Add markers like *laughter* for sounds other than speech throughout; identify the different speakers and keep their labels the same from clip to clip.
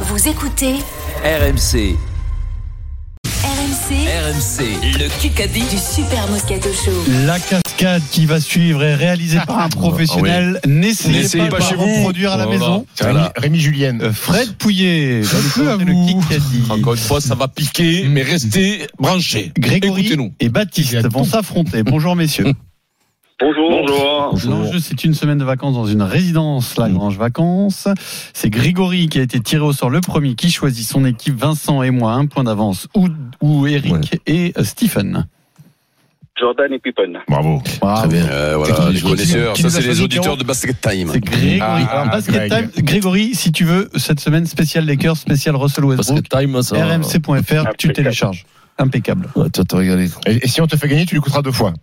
Speaker 1: Vous écoutez
Speaker 2: RMC,
Speaker 1: RMC,
Speaker 2: RMC, le Kikadi
Speaker 1: du Super Moscato Show.
Speaker 3: La cascade qui va suivre est réalisée par un professionnel. N'essayez
Speaker 4: Ah, N'essayez
Speaker 3: pas,
Speaker 4: pas
Speaker 3: de
Speaker 4: chez
Speaker 3: la
Speaker 4: vous. Oh
Speaker 3: reproduire à la
Speaker 4: Voilà.
Speaker 3: maison.
Speaker 4: Voilà.
Speaker 5: Rémi Julien.
Speaker 3: Euh, Fred Pouillet va nous présenter le Kikadi.
Speaker 4: Ah, Encore une fois, ça va piquer, mais restez branchés.
Speaker 3: Grégory
Speaker 4: Écoutez-nous.
Speaker 3: et Baptiste vont s'affronter. Bonjour messieurs.
Speaker 6: Bonjour.
Speaker 3: L'enjeu c'est une semaine de vacances dans une résidence
Speaker 4: Mm.
Speaker 3: Lagrange Vacances. C'est Grégory qui a été tiré au sort le premier qui choisit son équipe Vincent et moi un point d'avance ou, ou Eric et euh, Stephen.
Speaker 6: Jordan et Pippen.
Speaker 5: Bravo.
Speaker 3: Bravo.
Speaker 4: Euh, voilà, les connaisseurs,
Speaker 3: Qui
Speaker 4: ça
Speaker 3: nous a
Speaker 4: c'est les
Speaker 3: choisi,
Speaker 4: auditeurs
Speaker 3: Pierrot
Speaker 4: de Basket Time.
Speaker 3: C'est Grégory.
Speaker 5: Ah,
Speaker 3: Alors, basket
Speaker 5: Greg.
Speaker 3: time. Grégory, si tu veux, cette semaine spéciale Lakers, spéciale Russell Westbrook.
Speaker 4: Basket Time, ça.
Speaker 3: rmc.fr, tu
Speaker 6: Impeccable.
Speaker 3: télécharges. Impeccable.
Speaker 4: Ouais, toi, t'as régalé.
Speaker 5: Et, et si on te fait gagner, tu lui coûteras deux fois.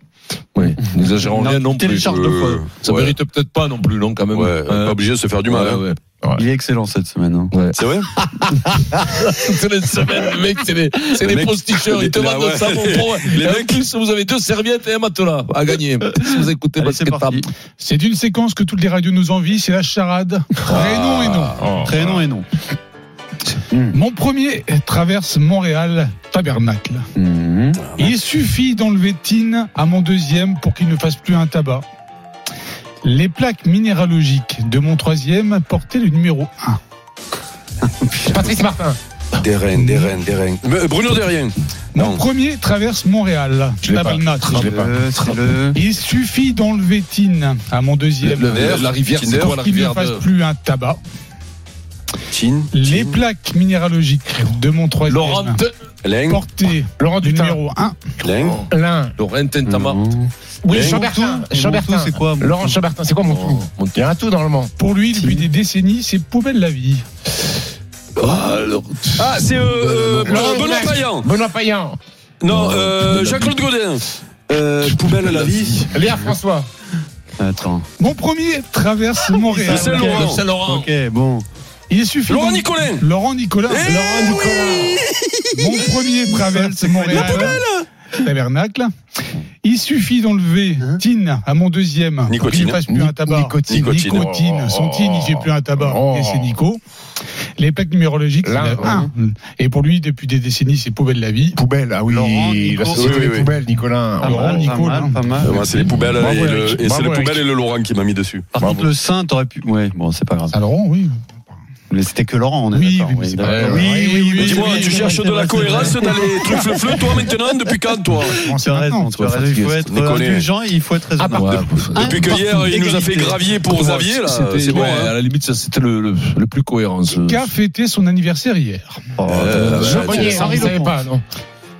Speaker 4: Oui. N'exagérons
Speaker 3: Non,
Speaker 4: rien non plus. euh,
Speaker 3: télécharge deux fois.
Speaker 4: Ça
Speaker 7: Ouais.
Speaker 4: mérite peut-être pas non plus, non, quand même.
Speaker 7: Ouais, euh,
Speaker 5: Euh,
Speaker 7: pas obligé de se faire du mal. hein.
Speaker 3: Il est excellent cette semaine. hein.
Speaker 7: C'est vrai
Speaker 4: *laughs* C'est les semaines, mec, c'est les, c'est les
Speaker 7: mecs-
Speaker 4: prosticheurs, ils te
Speaker 7: Là,
Speaker 4: vendent
Speaker 7: ouais.
Speaker 4: ça, mon pro.
Speaker 7: Les
Speaker 4: Et en
Speaker 7: mecs-
Speaker 4: plus, vous avez deux serviettes et un matelas à gagner. Si vous écoutez
Speaker 3: Allez, c'est
Speaker 4: Basket
Speaker 3: parti.
Speaker 4: Time.
Speaker 8: C'est une séquence que toutes les radios nous envient, c'est la charade. Prénom et nom.
Speaker 3: Prénom et nom.
Speaker 8: Mon premier traverse Montréal, tabernacle.
Speaker 3: Mhm.
Speaker 8: Il suffit d'enlever Tine à mon deuxième pour qu'il ne fasse plus un tabac. Les plaques minéralogiques de mon troisième portaient le numéro 1.
Speaker 5: Patrice Martin.
Speaker 7: Des reines, des reines, des reines. hein. Mais, euh, Bruno Derrien
Speaker 8: Mon
Speaker 7: Non.
Speaker 8: premier traverse Montréal,
Speaker 5: Je l'ai pas.
Speaker 8: tabernacle.
Speaker 5: Je l'ai pas.
Speaker 3: Le- Euh, c'est le-
Speaker 8: Il suffit d'enlever Tine à mon deuxième
Speaker 4: Le- le- la rivière, c'est
Speaker 7: Tinder.
Speaker 4: quoi la
Speaker 8: pour qu'il ne
Speaker 4: rivière de...
Speaker 8: fasse plus un tabac.
Speaker 7: Chin.
Speaker 8: Les plaques minéralogiques de mon troisième
Speaker 4: Laurent,
Speaker 7: Leng.
Speaker 8: portaient
Speaker 5: Laurent
Speaker 8: le
Speaker 5: Dutin.
Speaker 8: numéro 1.
Speaker 7: Leng.
Speaker 5: L'un.
Speaker 4: Laurent Tintamar.
Speaker 3: Non.
Speaker 5: Oui,
Speaker 7: Montou.
Speaker 5: Chambertin.
Speaker 3: Et
Speaker 5: Chambertin.
Speaker 3: Montou, c'est quoi Montou
Speaker 5: Laurent Chambertin, c'est quoi mon trou
Speaker 4: Mon
Speaker 5: Il y a un tout normalement.
Speaker 8: Pour lui, depuis des décennies, c'est poubelle la vie.
Speaker 4: Ah, alors,
Speaker 7: Ah, c'est euh, euh,
Speaker 5: Laurent
Speaker 7: Benoît
Speaker 5: Blanc.
Speaker 7: Payan.
Speaker 5: Benoît Payan.
Speaker 7: Non,
Speaker 4: Non,
Speaker 7: euh, Jean-Claude Godin. Euh, poubelle à la vie.
Speaker 5: Léa François.
Speaker 3: Attends.
Speaker 8: Mon premier traverse Montréal.
Speaker 7: Le Saint
Speaker 3: Laurent.
Speaker 4: Le Saint-Laurent.
Speaker 3: Ok, Eh, bon.
Speaker 8: Il suffit.
Speaker 7: Laurent
Speaker 8: donc-
Speaker 7: Nicolin.
Speaker 8: Laurent Nicolas.
Speaker 7: Eh
Speaker 8: Laurent
Speaker 7: oui
Speaker 8: Nicolas. Mon premier traverse Montréal. Tabernacle. Il suffit d'enlever Tine à mon deuxième. Pour qu'il
Speaker 7: Nicotine.
Speaker 8: ne fasse plus un tabac.
Speaker 5: Nicotine.
Speaker 7: Nicotine.
Speaker 5: Oh.
Speaker 8: Son Tine, il fait plus un tabac.
Speaker 5: Oh.
Speaker 8: Et c'est Nico. Les plaques numérologiques, c'est
Speaker 5: L'un,
Speaker 8: la
Speaker 5: ouais.
Speaker 8: 1. Et pour lui, depuis des décennies, c'est poubelle la vie.
Speaker 5: Poubelle. Ah oui.
Speaker 3: Laurent, Nico.
Speaker 5: la société
Speaker 7: Oui, oui,
Speaker 5: des
Speaker 7: oui. Ah,
Speaker 5: poubelles, Nicolas.
Speaker 3: Pas
Speaker 5: Oh.
Speaker 3: mal, pas
Speaker 8: Nico,
Speaker 3: mal,
Speaker 8: là.
Speaker 3: pas mal.
Speaker 7: Euh, moi, c'est les poubelles et,
Speaker 5: Bravo,
Speaker 7: le-
Speaker 5: Eric.
Speaker 7: et c'est
Speaker 5: Bravo,
Speaker 7: les poubelles
Speaker 5: Eric.
Speaker 7: et le Laurent qui m'a mis dessus.
Speaker 3: Par contre, le Saint, t'aurais pu. Ouais, bon, c'est pas grave.
Speaker 8: Ah, Laurent, oui.
Speaker 3: Mais c'était que Laurent, on est
Speaker 8: Oui,
Speaker 3: d'accord.
Speaker 8: oui, c'est
Speaker 3: d'accord.
Speaker 8: vrai,
Speaker 3: Oui,
Speaker 8: ouais.
Speaker 3: oui, oui.
Speaker 7: Dis-moi,
Speaker 3: oui,
Speaker 7: tu
Speaker 3: oui,
Speaker 7: cherches
Speaker 3: c'est
Speaker 7: de
Speaker 3: vrai,
Speaker 7: la
Speaker 3: c'est
Speaker 7: cohérence
Speaker 3: vrai.
Speaker 7: dans les trucs le fleu, toi maintenant, depuis quand, toi
Speaker 3: Tu as raison, tu as raison. Il faut être
Speaker 7: Nicolas.
Speaker 3: indulgent et il faut être
Speaker 5: Ah, bah,
Speaker 3: raisonnable.
Speaker 7: Depuis que hier, il nous a fait gravier pour Xavier, là.
Speaker 4: C'était-
Speaker 7: Ah, C'est bon,
Speaker 4: ouais,
Speaker 7: hein.
Speaker 4: À la limite, ça, c'était le, le, le plus cohérent. ce-
Speaker 8: Qu'a fêté son anniversaire hier
Speaker 3: Oh,
Speaker 7: Euh,
Speaker 3: t'as-
Speaker 7: bah,
Speaker 5: Jean Bonnier.
Speaker 3: tiens,
Speaker 5: Henri
Speaker 3: Henri
Speaker 5: savait
Speaker 3: Lecomte.
Speaker 5: pas, non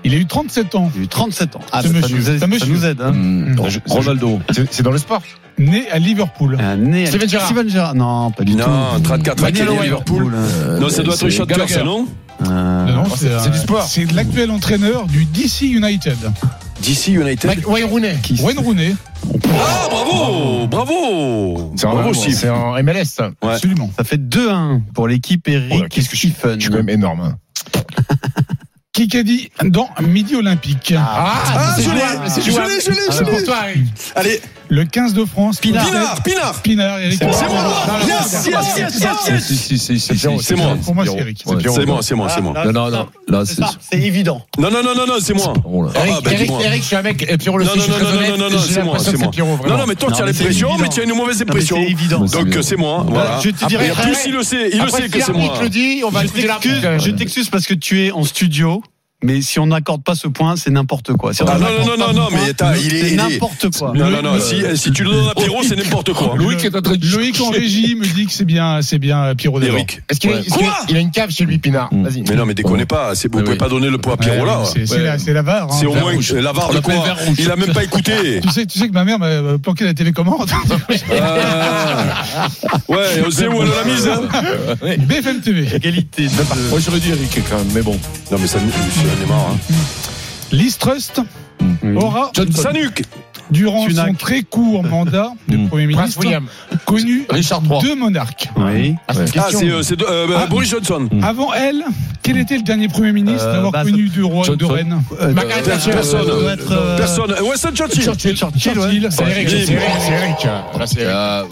Speaker 8: Il a eu 37 ans.
Speaker 3: Il a eu 37 ans. Ah,
Speaker 8: Ce
Speaker 3: bah, ça
Speaker 8: monsieur,
Speaker 3: nous aide.
Speaker 8: ce
Speaker 3: Ça
Speaker 8: monsieur.
Speaker 3: nous aide. hein.
Speaker 7: hum,
Speaker 4: Hmm,
Speaker 5: Non, je-
Speaker 4: Ronaldo.
Speaker 5: C'est c'est dans le sport.
Speaker 8: Né à Liverpool.
Speaker 3: Un nez Euh, à-
Speaker 5: Steven Gerrard.
Speaker 3: Steven Gerrard. Non, pas du tout.
Speaker 7: Non, 34 à
Speaker 3: Daniel Owen.
Speaker 7: Liverpool.
Speaker 4: Euh,
Speaker 7: Non, ça doit être
Speaker 4: c'est-
Speaker 7: Richard
Speaker 4: Gallagher.
Speaker 7: Curse, non
Speaker 3: Euh,
Speaker 8: Non,
Speaker 5: c'est-
Speaker 8: un-
Speaker 5: c'est du sport.
Speaker 8: C'est l'actuel entraîneur du DC United.
Speaker 7: DC United.
Speaker 5: Mike Wayne Rooney.
Speaker 3: qui-
Speaker 8: Wayne Rooney,
Speaker 7: Ah, bravo Bravo
Speaker 5: C'est en,
Speaker 7: Bravo, Chief.
Speaker 5: c'est en MLS. ça.
Speaker 7: Ouais.
Speaker 8: absolument.
Speaker 3: Ça fait 2-1 pour l'équipe
Speaker 5: Oh
Speaker 3: Eric
Speaker 5: là, qu'est-ce que je-
Speaker 3: Stephen.
Speaker 5: Je suis quand même énorme. hein.
Speaker 8: Qui qu'a dit dans Midi Olympique
Speaker 5: Ah,
Speaker 7: Ah,
Speaker 5: c'est
Speaker 7: je l'ai,
Speaker 5: jouable, c'est
Speaker 7: je l'ai,
Speaker 5: jouable.
Speaker 7: je l'ai, je
Speaker 5: C'est pour
Speaker 7: l'ai.
Speaker 5: toi, Eric.
Speaker 7: Allez,
Speaker 8: Ah, Le 15 de France.
Speaker 3: Pinard.
Speaker 7: Pinard, Pinard
Speaker 8: Pinard, Eric. Ah,
Speaker 7: C'est moi Yes, yes, yes, yes, yes
Speaker 4: Si, si, si, si,
Speaker 5: C'est Pierrot,
Speaker 4: si,
Speaker 7: c'est
Speaker 4: si,
Speaker 7: moi.
Speaker 4: si,
Speaker 8: Pour moi, c'est
Speaker 4: Pierrot.
Speaker 8: Eric.
Speaker 4: Ouais.
Speaker 5: C'est Pierrot.
Speaker 7: C'est moi, c'est moi, c'est moi.
Speaker 3: Ah,
Speaker 4: Non, non,
Speaker 3: là, c'est
Speaker 4: non.
Speaker 3: simple.
Speaker 4: Là,
Speaker 3: C'est
Speaker 4: c'est.
Speaker 3: simple, c'est évident.
Speaker 7: Non, non, non, non, non, c'est moi.
Speaker 4: Oh là.
Speaker 7: Ah,
Speaker 5: Eric,
Speaker 7: bah,
Speaker 5: Eric,
Speaker 7: dis-moi.
Speaker 5: Eric, je suis un mec, euh, Pierrot le
Speaker 7: Non,
Speaker 5: sait, je
Speaker 7: non,
Speaker 5: suis
Speaker 7: non,
Speaker 5: très
Speaker 7: non, non, non,
Speaker 5: honnête.
Speaker 7: non,
Speaker 5: J'ai
Speaker 7: c'est moi,
Speaker 5: l'impression
Speaker 7: c'est
Speaker 5: que
Speaker 7: moi.
Speaker 5: c'est Pierrot,
Speaker 7: Non,
Speaker 5: vraiment.
Speaker 7: non, mais toi, tu as
Speaker 3: Non, mais c'est
Speaker 7: l'impression,
Speaker 3: évident.
Speaker 7: mais tu as une mauvaise
Speaker 3: Non, mais
Speaker 7: impression.
Speaker 3: C'est évident.
Speaker 4: Mais c'est-
Speaker 7: Donc, euh, c'est moi. Voilà.
Speaker 3: Bah, Je te
Speaker 7: Et
Speaker 3: dirais
Speaker 7: en plus, il le sait, il le
Speaker 5: Après,
Speaker 7: sait que
Speaker 5: si
Speaker 7: c'est moi.
Speaker 5: l'arbitre le dit, on va
Speaker 3: Je
Speaker 5: écouter
Speaker 3: t'excuse,
Speaker 5: l'arbitre.
Speaker 3: je t'excuse parce que tu es en studio, mais si on n'accorde pas ce point, c'est n'importe quoi. Si on
Speaker 7: Ah, non,
Speaker 3: n'accorde
Speaker 7: non,
Speaker 3: pas
Speaker 7: non,
Speaker 3: ce
Speaker 7: non,
Speaker 3: point,
Speaker 7: mais attends, il est- il
Speaker 3: C'est
Speaker 7: est-
Speaker 3: n'importe quoi.
Speaker 7: Non, non, non, si, euh, si tu le donnes à Pierrot, c'est n'importe quoi.
Speaker 4: Loïc est en train de
Speaker 8: Loïc en régie me dit que c'est bien, c'est bien euh, Pierrot d'abord.
Speaker 7: Eric.
Speaker 5: Est-ce qu'il a,
Speaker 4: Ouais.
Speaker 5: est-ce qu'il a-
Speaker 7: Quoi
Speaker 5: il a une cave chez lui, Pinard
Speaker 4: Mm.
Speaker 5: Vas-y.
Speaker 7: Mais non, mais déconnez pas, c'est- vous
Speaker 4: Ouais,
Speaker 7: pouvez
Speaker 4: ouais.
Speaker 7: pas donner le poids à Pierrot là.
Speaker 8: Ouais, c'est c'est
Speaker 4: Ouais.
Speaker 8: la, c'est la VAR. hein.
Speaker 7: C'est au
Speaker 4: vert
Speaker 7: moins
Speaker 4: rouge.
Speaker 7: la VAR
Speaker 4: On
Speaker 7: de
Speaker 4: l'appelle
Speaker 7: quoi
Speaker 4: vert rouge.
Speaker 7: Il a même pas écouté.
Speaker 8: Tu sais, tu sais que ma mère m'a planqué
Speaker 4: *laughs*
Speaker 8: la télécommande. *laughs*
Speaker 7: Ah. Ouais, on sait où elle l'a mise. hein.
Speaker 8: BFM TV.
Speaker 3: Égalité. deux partout.
Speaker 4: Moi, j'aurais dit Eric quand même, mais bon.
Speaker 7: Non, mais ça monsieur Neymar. hein.
Speaker 8: Liz Trust
Speaker 3: Oh.
Speaker 8: aura,
Speaker 7: Sanuc
Speaker 8: durant son
Speaker 3: Sunak.
Speaker 8: très court
Speaker 4: *laughs*
Speaker 8: mandat de
Speaker 4: Mm.
Speaker 8: Premier
Speaker 5: Prince
Speaker 8: ministre,
Speaker 5: William.
Speaker 8: connu
Speaker 4: Richard III.
Speaker 8: deux monarques.
Speaker 3: Oui.
Speaker 5: Ah, c'est une
Speaker 7: Ah,
Speaker 5: question.
Speaker 7: c'est euh, c'est de- euh,
Speaker 8: Ah.
Speaker 7: Boris Johnson.
Speaker 4: Hmm.
Speaker 8: Avant elle, quel était le dernier Premier ministre
Speaker 3: Euh,
Speaker 8: d'avoir
Speaker 3: bah,
Speaker 8: connu deux rois
Speaker 4: Johnson.
Speaker 8: deux reines
Speaker 3: Euh,
Speaker 5: Margaret Thatcher.
Speaker 7: Personne.
Speaker 3: doit être, euh,
Speaker 7: Personne. Winston Churchill.
Speaker 3: Churchill, ouais.
Speaker 5: C'est Eric,
Speaker 7: Jim.
Speaker 5: c'est Eric, c'est Eric. Là, c'est Eric.
Speaker 4: Ah,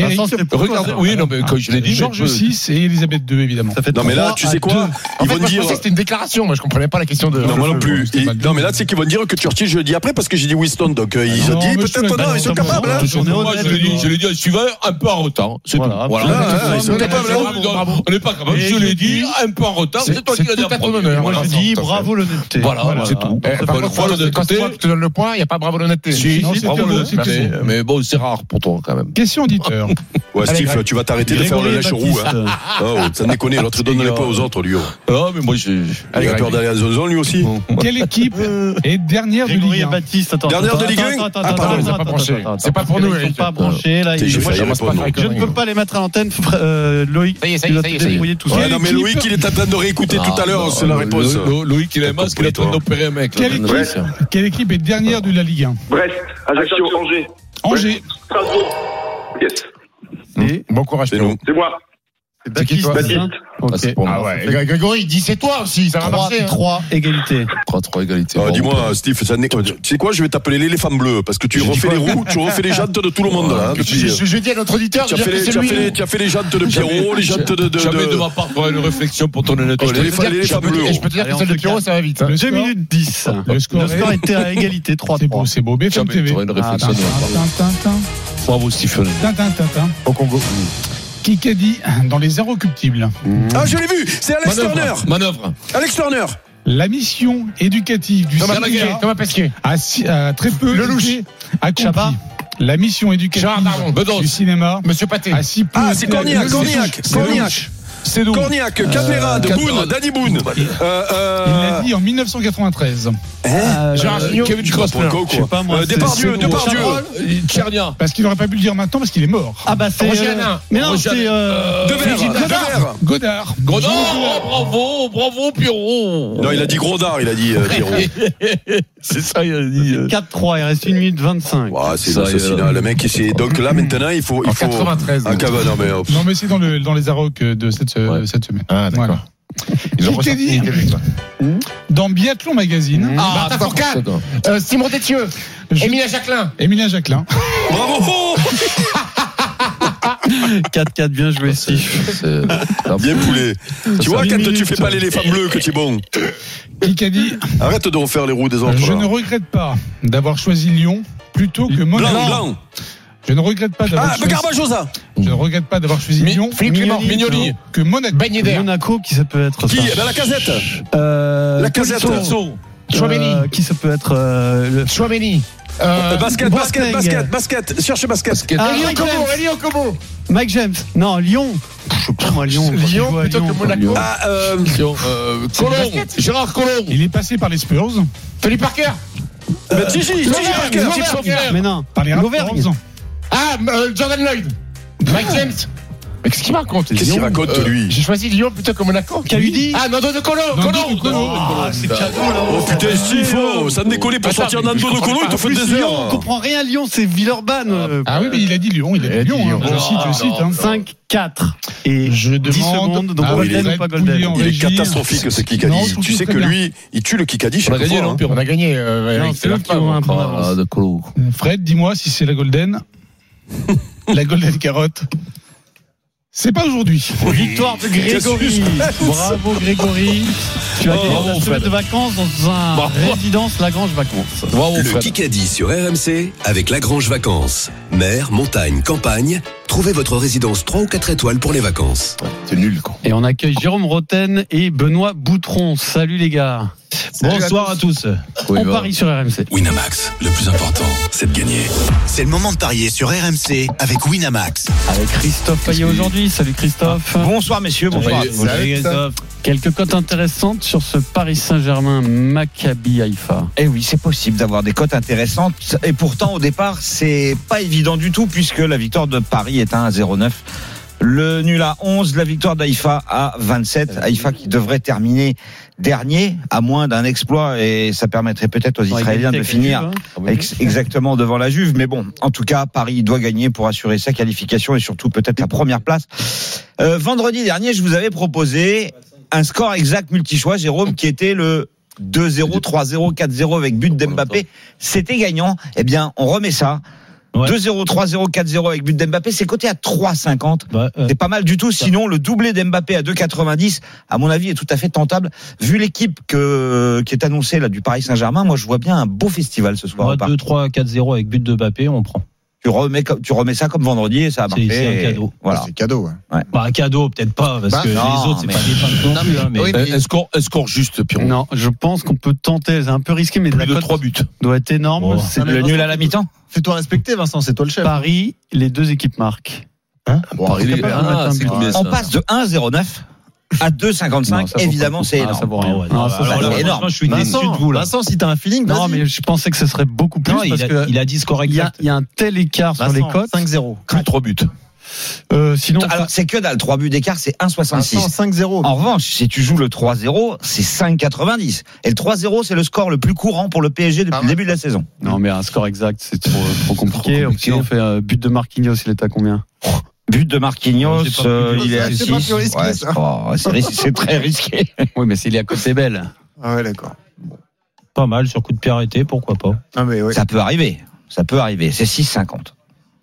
Speaker 8: Eric,
Speaker 3: Vincent, c'est pour toi,
Speaker 4: Regardez,
Speaker 3: ça.
Speaker 4: oui, non, mais quand je l'ai dit,
Speaker 8: Georges
Speaker 4: mais-
Speaker 8: VI et Elisabeth II, évidemment.
Speaker 3: Ça fait
Speaker 7: Non, mais là,
Speaker 3: trois
Speaker 7: tu
Speaker 3: à
Speaker 7: sais quoi
Speaker 3: deux.
Speaker 5: En
Speaker 7: Ils
Speaker 5: fait,
Speaker 7: vont
Speaker 5: moi, je
Speaker 7: dire.
Speaker 5: pensais que c'était une déclaration. Moi, je comprenais pas la question de.
Speaker 7: Non, moi non plus.
Speaker 8: c'était
Speaker 7: Et-
Speaker 8: pas le
Speaker 7: non, mais
Speaker 8: tout.
Speaker 7: là, c'est qu'ils vont dire que Churchill, je le dis après parce que j'ai dit Winston. Donc, euh, ils
Speaker 8: Ah
Speaker 7: ont
Speaker 8: non,
Speaker 7: dit,
Speaker 8: mais je te
Speaker 7: peut-être,
Speaker 8: le-
Speaker 7: non, ils sont
Speaker 3: bah non,
Speaker 7: capables, hein.
Speaker 3: tout le monde est
Speaker 4: Moi, je
Speaker 3: honnête,
Speaker 4: l'ai dit,
Speaker 3: toi.
Speaker 4: je l'ai dit, je suivais un peu en retard. C'est
Speaker 3: Voilà,
Speaker 4: tout.
Speaker 3: voilà.
Speaker 7: Là,
Speaker 4: Voilà.
Speaker 7: hein,
Speaker 5: ils sont
Speaker 4: Donc,
Speaker 5: capables,
Speaker 4: bravo,
Speaker 5: bravo,
Speaker 4: donc,
Speaker 5: bravo.
Speaker 4: On n'est pas capable.
Speaker 3: Et
Speaker 4: Je l'ai
Speaker 3: je
Speaker 4: dit, un peu en retard.
Speaker 5: C'est-
Speaker 4: C'est toi
Speaker 5: c'est
Speaker 4: qui l'as dit
Speaker 5: tout à
Speaker 4: en
Speaker 5: ton
Speaker 4: premier.
Speaker 5: honneur.
Speaker 3: Moi,
Speaker 5: Voilà,
Speaker 3: je
Speaker 5: Vincent,
Speaker 3: dis
Speaker 5: tout à fait.
Speaker 3: bravo l'honnêteté.
Speaker 4: Voilà, c'est tout.
Speaker 5: Eh,
Speaker 4: Bonne
Speaker 5: par contre,
Speaker 4: fois,
Speaker 5: quand c'est
Speaker 4: l'honnêteté.
Speaker 5: quand c'est moi qui te donne le point, il n'y a pas bravo l'honnêteté.
Speaker 4: Si,
Speaker 8: Non,
Speaker 4: si,
Speaker 8: c'était
Speaker 4: bravo,
Speaker 8: bon,
Speaker 4: le-
Speaker 8: c'était
Speaker 4: mais-
Speaker 8: bon.
Speaker 4: Mais bon, c'est rare pour toi quand même.
Speaker 8: Question
Speaker 4: *laughs*
Speaker 8: auditeur.
Speaker 7: Ouais,
Speaker 5: Allez,
Speaker 7: Steve,
Speaker 5: Greg.
Speaker 7: tu vas t'arrêter de faire
Speaker 3: Grégory
Speaker 7: le lâche roux. hein.
Speaker 3: Baptiste.
Speaker 7: ça ne déconne, l'autre il donne les points aux autres, lui. oh.
Speaker 4: Non, mais moi, j'ai.
Speaker 7: Il
Speaker 5: Allez,
Speaker 7: a peur
Speaker 5: Greg.
Speaker 7: d'aller à la zone, lui aussi.
Speaker 8: Quelle équipe
Speaker 7: Euh,
Speaker 8: est dernière de
Speaker 3: Grégory
Speaker 8: Ligue
Speaker 3: et
Speaker 8: 1
Speaker 3: Baptiste, attends.
Speaker 7: Dernière
Speaker 3: attends,
Speaker 7: de Ligue
Speaker 3: attends,
Speaker 7: un
Speaker 3: attends,
Speaker 7: Ah,
Speaker 3: attends,
Speaker 7: pardon,
Speaker 3: attends,
Speaker 5: ils ont pas
Speaker 3: attends,
Speaker 5: branché.
Speaker 3: attends,
Speaker 5: C'est pas
Speaker 3: attends,
Speaker 5: pour
Speaker 3: parce
Speaker 5: nous,
Speaker 3: qu'ils sont
Speaker 5: Eric.
Speaker 3: pas branchés, là.
Speaker 7: T'es-
Speaker 3: ils-
Speaker 7: je
Speaker 3: moi,
Speaker 7: vais y
Speaker 3: je-
Speaker 7: répondre.
Speaker 5: pas
Speaker 3: Je ne peux pas les mettre à l'antenne, *laughs* frère, euh, Loïc.
Speaker 5: Ça y est, ça
Speaker 3: tu
Speaker 5: y est,
Speaker 3: dois
Speaker 5: ça y
Speaker 3: te
Speaker 5: est, ça y est.
Speaker 3: débrouiller tout
Speaker 7: Ouais,
Speaker 3: seul.
Speaker 7: non, mais Loïc, il est en train de réécouter
Speaker 5: Ah,
Speaker 7: tout à l'heure, c'est la réponse.
Speaker 4: Loïc, il a un masque, il est en train d'opérer un mec.
Speaker 8: Quelle équipe Quelle équipe est dernière de la Ligue 1
Speaker 6: Brest, Ajaccio, Angers,
Speaker 8: Angers.
Speaker 6: Strasbourg. Yes,
Speaker 3: Et
Speaker 5: Bon courage,
Speaker 7: C'est
Speaker 5: Pélo.
Speaker 7: nous.
Speaker 6: c'est moi.
Speaker 3: c'est
Speaker 5: C'est qui,
Speaker 3: Baptiste.
Speaker 5: toi
Speaker 3: hein Ok.
Speaker 4: Ah, c'est pour
Speaker 5: Ah
Speaker 4: moi.
Speaker 5: ouais. Gré- Grégory, dis c'est toi aussi, ça va
Speaker 3: Trois-
Speaker 5: marcher. hein.
Speaker 3: trois égalités.
Speaker 4: 3-3 égalité.
Speaker 7: Ah,
Speaker 4: Bon,
Speaker 7: Dis-moi, Steve, ça n'est- tu sais quoi, je vais t'appeler l'éléphant bleu parce que tu
Speaker 5: J'ai dit
Speaker 7: refais les
Speaker 5: quoi Ah,
Speaker 7: roues, tu refais les jantes de tout le monde. là, hein,
Speaker 5: Je,
Speaker 7: depuis-
Speaker 5: je- je dis à notre auditeur
Speaker 7: Tu
Speaker 5: de
Speaker 7: as
Speaker 5: dire
Speaker 7: fait
Speaker 5: que
Speaker 7: les-
Speaker 5: c'est
Speaker 7: tu as fait les-
Speaker 5: lui.
Speaker 7: tu as fait les jantes de Pierrot, les jantes de. de-
Speaker 4: Jamais
Speaker 7: de-
Speaker 4: de ma part, pour une réflexion pour ton honnêteté.
Speaker 7: Oh,
Speaker 5: Je peux te dire-
Speaker 7: les
Speaker 5: je peux
Speaker 7: bleus,
Speaker 5: te- je peux te dire
Speaker 3: Allez,
Speaker 5: que
Speaker 3: on
Speaker 5: celle
Speaker 3: se
Speaker 5: de Pierrot,
Speaker 3: calme.
Speaker 5: ça va vite. hein.
Speaker 8: Le
Speaker 3: 2
Speaker 8: score-
Speaker 3: minutes 10.
Speaker 8: Le score,
Speaker 3: Le
Speaker 8: est-
Speaker 3: score était à égalité, 3
Speaker 8: C'est beau,
Speaker 3: points.
Speaker 8: c'est beau. BFM
Speaker 4: Jamais
Speaker 8: TV.
Speaker 4: t'aurais une réflexion de ma part.
Speaker 8: Tintin, tintin,
Speaker 4: Bravo, Stephen.
Speaker 8: tintin, tintin.
Speaker 5: Au Congo.
Speaker 8: Qui qu'a dit dans Les Inrecuptibles
Speaker 7: Ah, je l'ai vu, c'est Alex Turner.
Speaker 4: Manœuvre. Manœuvre.
Speaker 7: Alex Turner.
Speaker 8: La mission éducative du
Speaker 5: Thomas
Speaker 8: CNRA
Speaker 5: Pesquet. Thomas Pesquet.
Speaker 8: a, si- a très peu
Speaker 5: Lelouch.
Speaker 8: été accomplie.
Speaker 3: Chabat.
Speaker 8: La mission éducative
Speaker 5: Gérard Darmon.
Speaker 4: Bedos.
Speaker 8: du cinéma
Speaker 5: Monsieur Paté.
Speaker 8: a si peu
Speaker 7: Ah,
Speaker 8: été
Speaker 7: c'est Cornillac,
Speaker 8: accomplie.
Speaker 7: Cornillac,
Speaker 8: C'est Lelouch.
Speaker 7: Cornillac.
Speaker 4: C'est nous.
Speaker 7: Cornillac, Camerade, Boone, Danny Boone. Euh,
Speaker 8: Il l'a
Speaker 7: euh,
Speaker 8: dit en 1993
Speaker 3: Euh,
Speaker 5: Gérard Signot.
Speaker 4: Kevin
Speaker 7: tu crois pour le
Speaker 4: Costner.
Speaker 7: co,
Speaker 3: Je sais
Speaker 7: quoi.
Speaker 3: pas, moi,
Speaker 7: Euh,
Speaker 3: c'est-
Speaker 7: Depardieu,
Speaker 3: c'est nous.
Speaker 7: Depardieu.
Speaker 3: Chabrol.
Speaker 4: Tchernia.
Speaker 8: parce qu'il n'aurait pas pu le dire maintenant parce qu'il est mort.
Speaker 3: Ah bah c'est.
Speaker 5: Roger
Speaker 3: euh,
Speaker 5: Hanin.
Speaker 3: Mais non,
Speaker 4: Roger
Speaker 3: c'est.
Speaker 4: Hanin.
Speaker 3: euh,
Speaker 7: Devers,
Speaker 3: Brigitte
Speaker 7: Devers.
Speaker 3: Bardot.
Speaker 8: Godard.
Speaker 4: Godard,
Speaker 8: Jean
Speaker 5: Oh,
Speaker 8: Godard.
Speaker 4: bravo, bravo Pierrot.
Speaker 7: Non, il a dit Grondard, il a dit euh, Pierrot.
Speaker 4: C'est ça, il a dit. euh.
Speaker 3: 4-3, il reste 1 minute 25.
Speaker 7: Ouah, c'est
Speaker 4: Ça,
Speaker 7: l'assassinat.
Speaker 4: euh,
Speaker 7: Le mec, c'est donc là maintenant, il faut, il
Speaker 5: En
Speaker 7: faut.
Speaker 5: 93.
Speaker 7: Un cava, non mais. euh, pff.
Speaker 8: Non mais c'est dans, le, dans les Arocs euh, de cette,
Speaker 4: Ouais.
Speaker 8: cette semaine.
Speaker 5: Ah,
Speaker 8: Voilà.
Speaker 5: d'accord. Ils ont
Speaker 8: Qui t'a
Speaker 5: ressorti les
Speaker 8: dit
Speaker 5: Québécois.
Speaker 8: Dans Biathlon Magazine,
Speaker 5: Martin Fourcade, euh, Simon Détieux,
Speaker 8: Je-
Speaker 5: Émile
Speaker 8: *laughs*
Speaker 5: Jacquelin.
Speaker 8: Émilien Jacquelin.
Speaker 7: Bravo. Oh
Speaker 3: 4-4, bien joué, Steve.
Speaker 4: C'est-
Speaker 7: Bien poulet. Tu vois,
Speaker 3: fait
Speaker 7: quand
Speaker 3: une
Speaker 7: tu
Speaker 3: minute.
Speaker 7: fais pas l'éléphant bleu, que tu es bon.
Speaker 8: Qui a dit euh,
Speaker 7: Arrête de refaire les roues des autres.
Speaker 8: Je
Speaker 7: là.
Speaker 8: ne regrette pas d'avoir choisi Lyon plutôt que
Speaker 7: Blanc,
Speaker 8: Monaco.
Speaker 7: blanc.
Speaker 8: Je ne regrette pas d'avoir
Speaker 7: Ah,
Speaker 8: choisi,
Speaker 7: Garbajosa.
Speaker 8: je ne regrette pas d'avoir choisi
Speaker 4: Mi-
Speaker 8: Lyon
Speaker 5: Philippe Clément,
Speaker 4: Mignoli.
Speaker 8: que Monaco.
Speaker 5: Ben Yedder,
Speaker 3: Monaco, qui ça peut être
Speaker 7: Qui
Speaker 3: ça
Speaker 7: Eh ben, la casette.
Speaker 3: Euh,
Speaker 7: La casette.
Speaker 3: Tolisso. Euh,
Speaker 5: Chouameni,
Speaker 3: Qui ça peut être euh, le-
Speaker 5: Chouameni, euh,
Speaker 7: Euh, basket, basket,
Speaker 3: Boateng.
Speaker 7: basket, basket. Cherche basket.
Speaker 4: Basket.
Speaker 3: Ah,
Speaker 5: Eli
Speaker 3: Mike
Speaker 5: Okobo,
Speaker 3: James.
Speaker 5: Eli Okobo.
Speaker 3: Mike James. Non, Lyon. Je sais pas, moi, Lyon. quand tu
Speaker 5: Lyon
Speaker 3: joues à
Speaker 5: plutôt
Speaker 3: Lyon,
Speaker 5: que Monaco.
Speaker 3: Lyon.
Speaker 7: Ah, euh,
Speaker 4: Euh, Colomb,
Speaker 5: basket.
Speaker 4: Gérard Colomb.
Speaker 8: Il est passé par les Spurs,
Speaker 5: Philippe Parker.
Speaker 7: bah, Gigi, Gigi
Speaker 5: Lambert,
Speaker 7: Parker.
Speaker 5: Lambert.
Speaker 7: Gigi Parker.
Speaker 3: Mais non.
Speaker 8: par les
Speaker 3: L'Auvergne.
Speaker 8: Raptors,
Speaker 5: Ah, euh, Jordan Lloyd, Mike James. Mais qu'est-ce qu'il raconte
Speaker 7: Qu'est-ce qu'il
Speaker 5: Lyon,
Speaker 7: raconte,
Speaker 5: euh,
Speaker 7: lui
Speaker 5: J'ai choisi Lyon plutôt que Monaco.
Speaker 3: Caludi.
Speaker 5: Ah, Nando de Colo,
Speaker 8: Nando de Colo.
Speaker 5: Ah,
Speaker 3: c'est cadeau, là.
Speaker 7: Oh putain, Steve, oh, ça ne décollait pour
Speaker 5: Attends,
Speaker 7: sortir
Speaker 5: mais
Speaker 7: d'un
Speaker 5: je
Speaker 7: dos de
Speaker 5: comprends
Speaker 7: colo, il te
Speaker 3: En
Speaker 7: faut
Speaker 3: plus,
Speaker 7: des
Speaker 3: Lyon, on
Speaker 7: heures.
Speaker 3: comprend rien. Lyon, c'est Villeurbanne. euh,
Speaker 8: Ah oui, mais il a dit Lyon, il a
Speaker 5: Il a
Speaker 8: dit
Speaker 5: dit
Speaker 8: Lyon. hein.
Speaker 5: Lyon.
Speaker 8: Je cite, je cite. hein.
Speaker 3: 5-4. Ah, Et
Speaker 8: Je
Speaker 3: 10
Speaker 8: demande
Speaker 3: secondes. Ah Donc,
Speaker 8: à
Speaker 7: Golden
Speaker 3: Golden
Speaker 8: Fred
Speaker 3: ou pas
Speaker 8: Pouliot
Speaker 3: Golden
Speaker 8: en
Speaker 7: Il est
Speaker 8: régie.
Speaker 7: catastrophique ce
Speaker 8: Non,
Speaker 7: Kikadi.
Speaker 8: surtout
Speaker 7: Tu sais
Speaker 8: très
Speaker 7: que
Speaker 8: bien.
Speaker 7: lui, il tue le Kikadi
Speaker 4: On
Speaker 7: chaque
Speaker 4: a gagné,
Speaker 7: fois.
Speaker 4: non,
Speaker 7: hein.
Speaker 4: Pierrot
Speaker 5: On a gagné, euh,
Speaker 3: Non,
Speaker 5: Eric,
Speaker 3: c'est
Speaker 5: la
Speaker 3: eux qui
Speaker 5: fin,
Speaker 3: ont un
Speaker 5: hein.
Speaker 3: point d'avance.
Speaker 4: Ah, de Colomb.
Speaker 8: Fred, dis-moi si c'est
Speaker 5: *laughs*
Speaker 8: la Golden. la Golden Carotte. C'est pas aujourd'hui.
Speaker 3: Victoire de Grégory.
Speaker 7: Qu'est-ce que-
Speaker 3: Bravo Grégory. Tu as gagné
Speaker 4: Bravo,
Speaker 3: ta semaine
Speaker 4: Fred.
Speaker 3: de vacances dans un
Speaker 4: Bravo.
Speaker 3: résidence Lagrange Vacances.
Speaker 4: Bravo,
Speaker 7: hein.
Speaker 9: Le
Speaker 4: Fred.
Speaker 9: Kikadi sur RMC avec Lagrange Vacances. Mer, montagne, campagne, trouvez votre résidence 3 ou 4 étoiles pour les vacances.
Speaker 4: C'est nul, quoi.
Speaker 3: Et on accueille Jérôme Roten et Benoît Boutron. Salut les gars. Bonsoir à tous.
Speaker 4: Oui,
Speaker 3: on
Speaker 4: bah.
Speaker 3: parie sur RMC.
Speaker 9: Winamax, le plus important, c'est de gagner.
Speaker 10: C'est le moment de parier sur RMC avec Winamax.
Speaker 3: Avec Christophe Payet aujourd'hui. Salut Christophe.
Speaker 11: Bonsoir messieurs, bonsoir.
Speaker 4: Salut.
Speaker 11: Bonsoir, Christophe.
Speaker 3: Quelques cotes intéressantes sur ce Paris Saint-Germain Maccabi Haïfa.
Speaker 11: Eh oui, c'est possible d'avoir des cotes intéressantes et pourtant au départ, c'est pas évident du tout puisque la victoire de Paris est à 1,09. Le nul à 11, la victoire d'Haïfa à 27. Haïfa qui devrait terminer dernier, à moins d'un exploit, et ça permettrait peut-être aux Israéliens de finir
Speaker 3: Ah
Speaker 11: Ex- Exactement devant la Juve. Mais bon, en tout cas, Paris doit gagner pour assurer sa qualification et surtout peut-être la première place. Euh, vendredi dernier, je vous avais proposé un score exact multi-choix, Jérôme, qui était le 2-0, 3-0, 4-0 avec but d'Mbappé. C'était gagnant. Eh bien, on remet ça. 2-0, 3-0, 4-0 avec but d'Mbappé, c'est coté à 3,50.
Speaker 5: Bah, euh,
Speaker 11: C'est pas mal du tout. Sinon, le doublé d'Mbappé à 2,90, à mon avis, est tout à fait tentable. Vu l'équipe que, qui est annoncée là, du Paris Saint-Germain, moi, je vois bien un beau festival ce soir.
Speaker 5: moi,
Speaker 11: au parc.
Speaker 5: 2-3, 4-0 avec but de Mbappé, on prend.
Speaker 11: Tu, remets, co- tu remets ça comme vendredi et ça a
Speaker 5: C'est-
Speaker 11: marché.
Speaker 5: c'est un cadeau.
Speaker 11: Voilà.
Speaker 8: C'est cadeau. ouais.
Speaker 5: Bah, cadeau, peut-être pas, parce
Speaker 11: Bah,
Speaker 5: que
Speaker 11: non,
Speaker 5: les autres, c'est
Speaker 11: mais-
Speaker 5: pas des fins de non plus, hein, mais-
Speaker 8: Oui, mais-
Speaker 12: Est-ce qu'on est-ce qu'on rejuste, Pierrot
Speaker 3: Non, je pense qu'on peut tenter. C'est un peu risqué, mais
Speaker 12: Plus
Speaker 3: la
Speaker 12: de
Speaker 3: cote
Speaker 12: 3 buts.
Speaker 3: doit être énorme.
Speaker 5: Oh.
Speaker 3: C'est
Speaker 5: Non, mais
Speaker 3: le
Speaker 5: Vincent,
Speaker 3: nul
Speaker 11: à la mi-temps
Speaker 5: Fais-toi respecter, Vincent, c'est toi le chef.
Speaker 3: Paris, les deux équipes marquent.
Speaker 13: Bon, il est-
Speaker 3: capable de mettre
Speaker 13: ah,
Speaker 3: un
Speaker 13: c'est
Speaker 3: but.
Speaker 13: combien ça
Speaker 11: On passe de 1,09 à 2,55.
Speaker 3: Non, ça vaut
Speaker 11: Évidemment,
Speaker 3: pas.
Speaker 11: c'est
Speaker 3: Ah,
Speaker 11: énorme.
Speaker 3: ça vaut rien.
Speaker 5: Ah ouais,
Speaker 3: Non,
Speaker 5: non,
Speaker 3: ça,
Speaker 5: bah,
Speaker 3: ça
Speaker 5: alors là,
Speaker 3: vaut
Speaker 11: c'est
Speaker 3: rien.
Speaker 11: énorme.
Speaker 5: franchement, Je suis
Speaker 3: Vincent,
Speaker 5: déçu de vous, là.
Speaker 3: Vincent,
Speaker 5: si t'as un feeling,
Speaker 3: Non, mais je pensais que ce serait beaucoup plus
Speaker 5: Non,
Speaker 3: parce
Speaker 5: il, a,
Speaker 3: que
Speaker 5: il a dit score
Speaker 3: il y a,
Speaker 5: exact.
Speaker 3: il y a un tel écart sur les cotes.
Speaker 5: 5-0.
Speaker 12: Plus de 3 buts.
Speaker 3: Euh, sinon,
Speaker 11: Alors, c'est que dalle. 3 buts d'écart, c'est 1,66.
Speaker 5: Vincent, 5-0.
Speaker 11: En revanche, si tu joues le 3-0, c'est 5,90. Et le 3-0, c'est le score le plus courant pour le PSG depuis
Speaker 8: Ah
Speaker 11: le
Speaker 8: ouais.
Speaker 11: début de la saison.
Speaker 3: non, mais un score exact, c'est trop, trop compliqué. Sinon, on fait euh, but de Marquinhos, il est à combien
Speaker 11: But de Marquinhos,
Speaker 5: C'est pas plus-
Speaker 11: euh, il est à
Speaker 5: c'est
Speaker 11: 6.
Speaker 5: pas plus risqué,
Speaker 11: Ouais, c'est pas- c'est ris- c'est très
Speaker 5: *laughs*
Speaker 11: risqué.
Speaker 3: Oui, mais c'est il est à côté belle.
Speaker 8: Ah ouais, d'accord.
Speaker 5: Pas mal, sur coup de pied arrêté, pourquoi pas.
Speaker 8: Ah, mais ouais.
Speaker 11: Ça peut arriver. Ça peut arriver. C'est 6,50.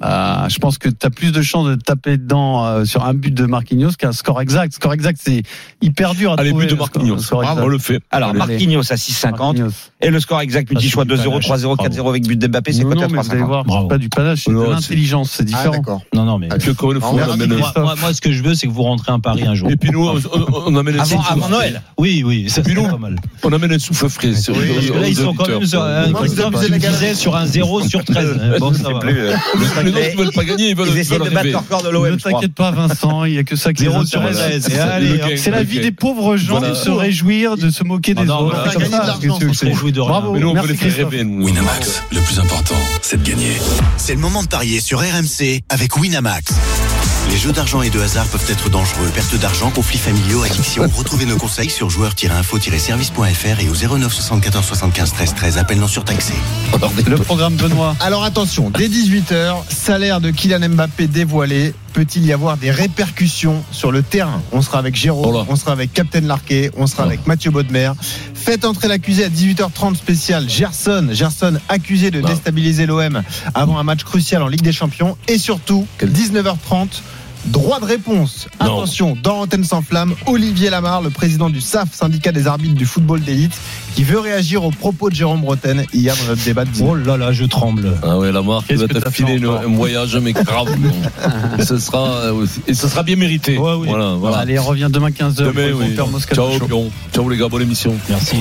Speaker 3: Ah, je pense que tu as plus de chances de taper dedans euh, sur un but de Marquinhos qu'un score exact. Score exact, c'est hyper dur à
Speaker 12: Allez,
Speaker 3: trouver.
Speaker 12: but
Speaker 3: le
Speaker 12: de
Speaker 3: score-
Speaker 12: Marquinhos.
Speaker 3: le score
Speaker 12: Bravo,
Speaker 3: exact.
Speaker 12: on le fait.
Speaker 11: Alors,
Speaker 3: Allez.
Speaker 11: Marquinhos à 6,50.
Speaker 3: Marquinhos.
Speaker 11: Et le score exact,
Speaker 5: Ah,
Speaker 11: multi
Speaker 5: c'est
Speaker 11: choix
Speaker 5: du
Speaker 11: 2-0,
Speaker 5: panache.
Speaker 11: 3-0,
Speaker 5: Bravo.
Speaker 11: 4-0 avec but d'Mbappé, c'est
Speaker 3: Non,
Speaker 11: coté à
Speaker 3: non, mais vous allez
Speaker 11: 3,50.
Speaker 3: voir,
Speaker 5: Bravo.
Speaker 3: c'est pas du panache, c'est de
Speaker 12: Non, c'est-
Speaker 3: l'intelligence, c'est
Speaker 8: Ah,
Speaker 3: différent.
Speaker 8: d'accord.
Speaker 5: Non, non, mais.
Speaker 8: Ah,
Speaker 12: Que Corée le foot,
Speaker 8: Ah,
Speaker 12: on amène le-
Speaker 5: Moi, moi- moi, ce que je veux, c'est que vous rentrez un Paris un jour.
Speaker 12: Et puis nous, on, on- on amène un
Speaker 11: Avant,
Speaker 12: souffle.
Speaker 11: avant Noël.
Speaker 5: Oui, oui, ça, c'est
Speaker 12: Pilon.
Speaker 5: pas mal.
Speaker 12: On amène un souffle frais. sur-
Speaker 5: Parce que
Speaker 12: aux
Speaker 5: là, ils sont quand
Speaker 12: auditeurs.
Speaker 5: même sur, euh,
Speaker 8: Non,
Speaker 5: Christophe,
Speaker 8: vous avez
Speaker 5: tu me
Speaker 8: la
Speaker 5: disais sur un 0 sur
Speaker 12: *laughs*
Speaker 5: 13. Bon, ça va.
Speaker 12: euh, Les autres ne veulent pas gagner, ils veulent,
Speaker 11: Ils essaient de
Speaker 12: veulent
Speaker 11: battre
Speaker 12: arriver.
Speaker 11: leur corps de
Speaker 3: Ne
Speaker 11: l'OM.
Speaker 3: t'inquiète pas, Vincent, il n'y a que ça qui les
Speaker 5: Zéro sur
Speaker 3: intéresse.
Speaker 5: treize.
Speaker 3: C'est-
Speaker 5: Et allez,
Speaker 12: le
Speaker 5: hop.
Speaker 12: game.
Speaker 3: C'est la
Speaker 12: Ok.
Speaker 3: vie des pauvres gens
Speaker 12: Voilà.
Speaker 3: de se réjouir, de se moquer des
Speaker 5: Ah non,
Speaker 3: autres.
Speaker 5: mais on va
Speaker 3: Comme
Speaker 5: gagner de
Speaker 3: ça,
Speaker 5: l'argent,
Speaker 3: qu'est-ce que tu veux
Speaker 5: on
Speaker 3: que
Speaker 5: se
Speaker 3: je
Speaker 5: réjouit de rien.
Speaker 3: Bravo,
Speaker 12: Mais nous, on veut les
Speaker 3: merci
Speaker 12: faire
Speaker 3: Christophe.
Speaker 12: rêver, nous.
Speaker 7: Winamax, le plus important, c'est de gagner. C'est le moment de parier sur RMC avec Winamax. Les jeux d'argent et de hasard peuvent être dangereux. Perte d'argent, conflits familiaux, *laughs* addiction. Retrouvez nos conseils sur joueurs-info-service.fr et au 09 74 75 13 13. Appel non surtaxé.
Speaker 3: Le programme Benoît.
Speaker 5: Alors attention, dès 18h, salaire de Kylian Mbappé dévoilé. Peut-il y avoir des répercussions sur le terrain On sera avec Jérôme,
Speaker 12: Oh là.
Speaker 5: on sera avec Captain Larquet, on sera avec Mathieu Baudemer. Faites entrer l'accusé à 18h30 spécial Gerson. Gerson accusé
Speaker 12: Bah.
Speaker 5: de déstabiliser l'OM avant un match crucial en Ligue des Champions. Et surtout, 19h30. Droit de réponse.
Speaker 12: Non.
Speaker 5: Attention, dans Antenne sans flamme, Olivier Lamarre, le président du SAF, syndicat des arbitres du football d'élite, qui veut réagir aux propos de Jérôme Breton hier dans notre débat de Oh là là, je tremble.
Speaker 12: Ah ouais, la marque
Speaker 3: Qu'est-ce
Speaker 12: va
Speaker 3: que t'as
Speaker 12: t'affiler
Speaker 3: fait
Speaker 12: une-
Speaker 3: encore
Speaker 12: un voyage, mais grave.
Speaker 5: *laughs*
Speaker 12: Et ce sera, euh, et ce sera bien mérité.
Speaker 5: Ouais, oui.
Speaker 12: Voilà, voilà.
Speaker 3: Allez, reviens demain 15h.
Speaker 12: Demain, oui. Ciao, Pion. Ciao, les gars, bonne émission.
Speaker 5: Merci.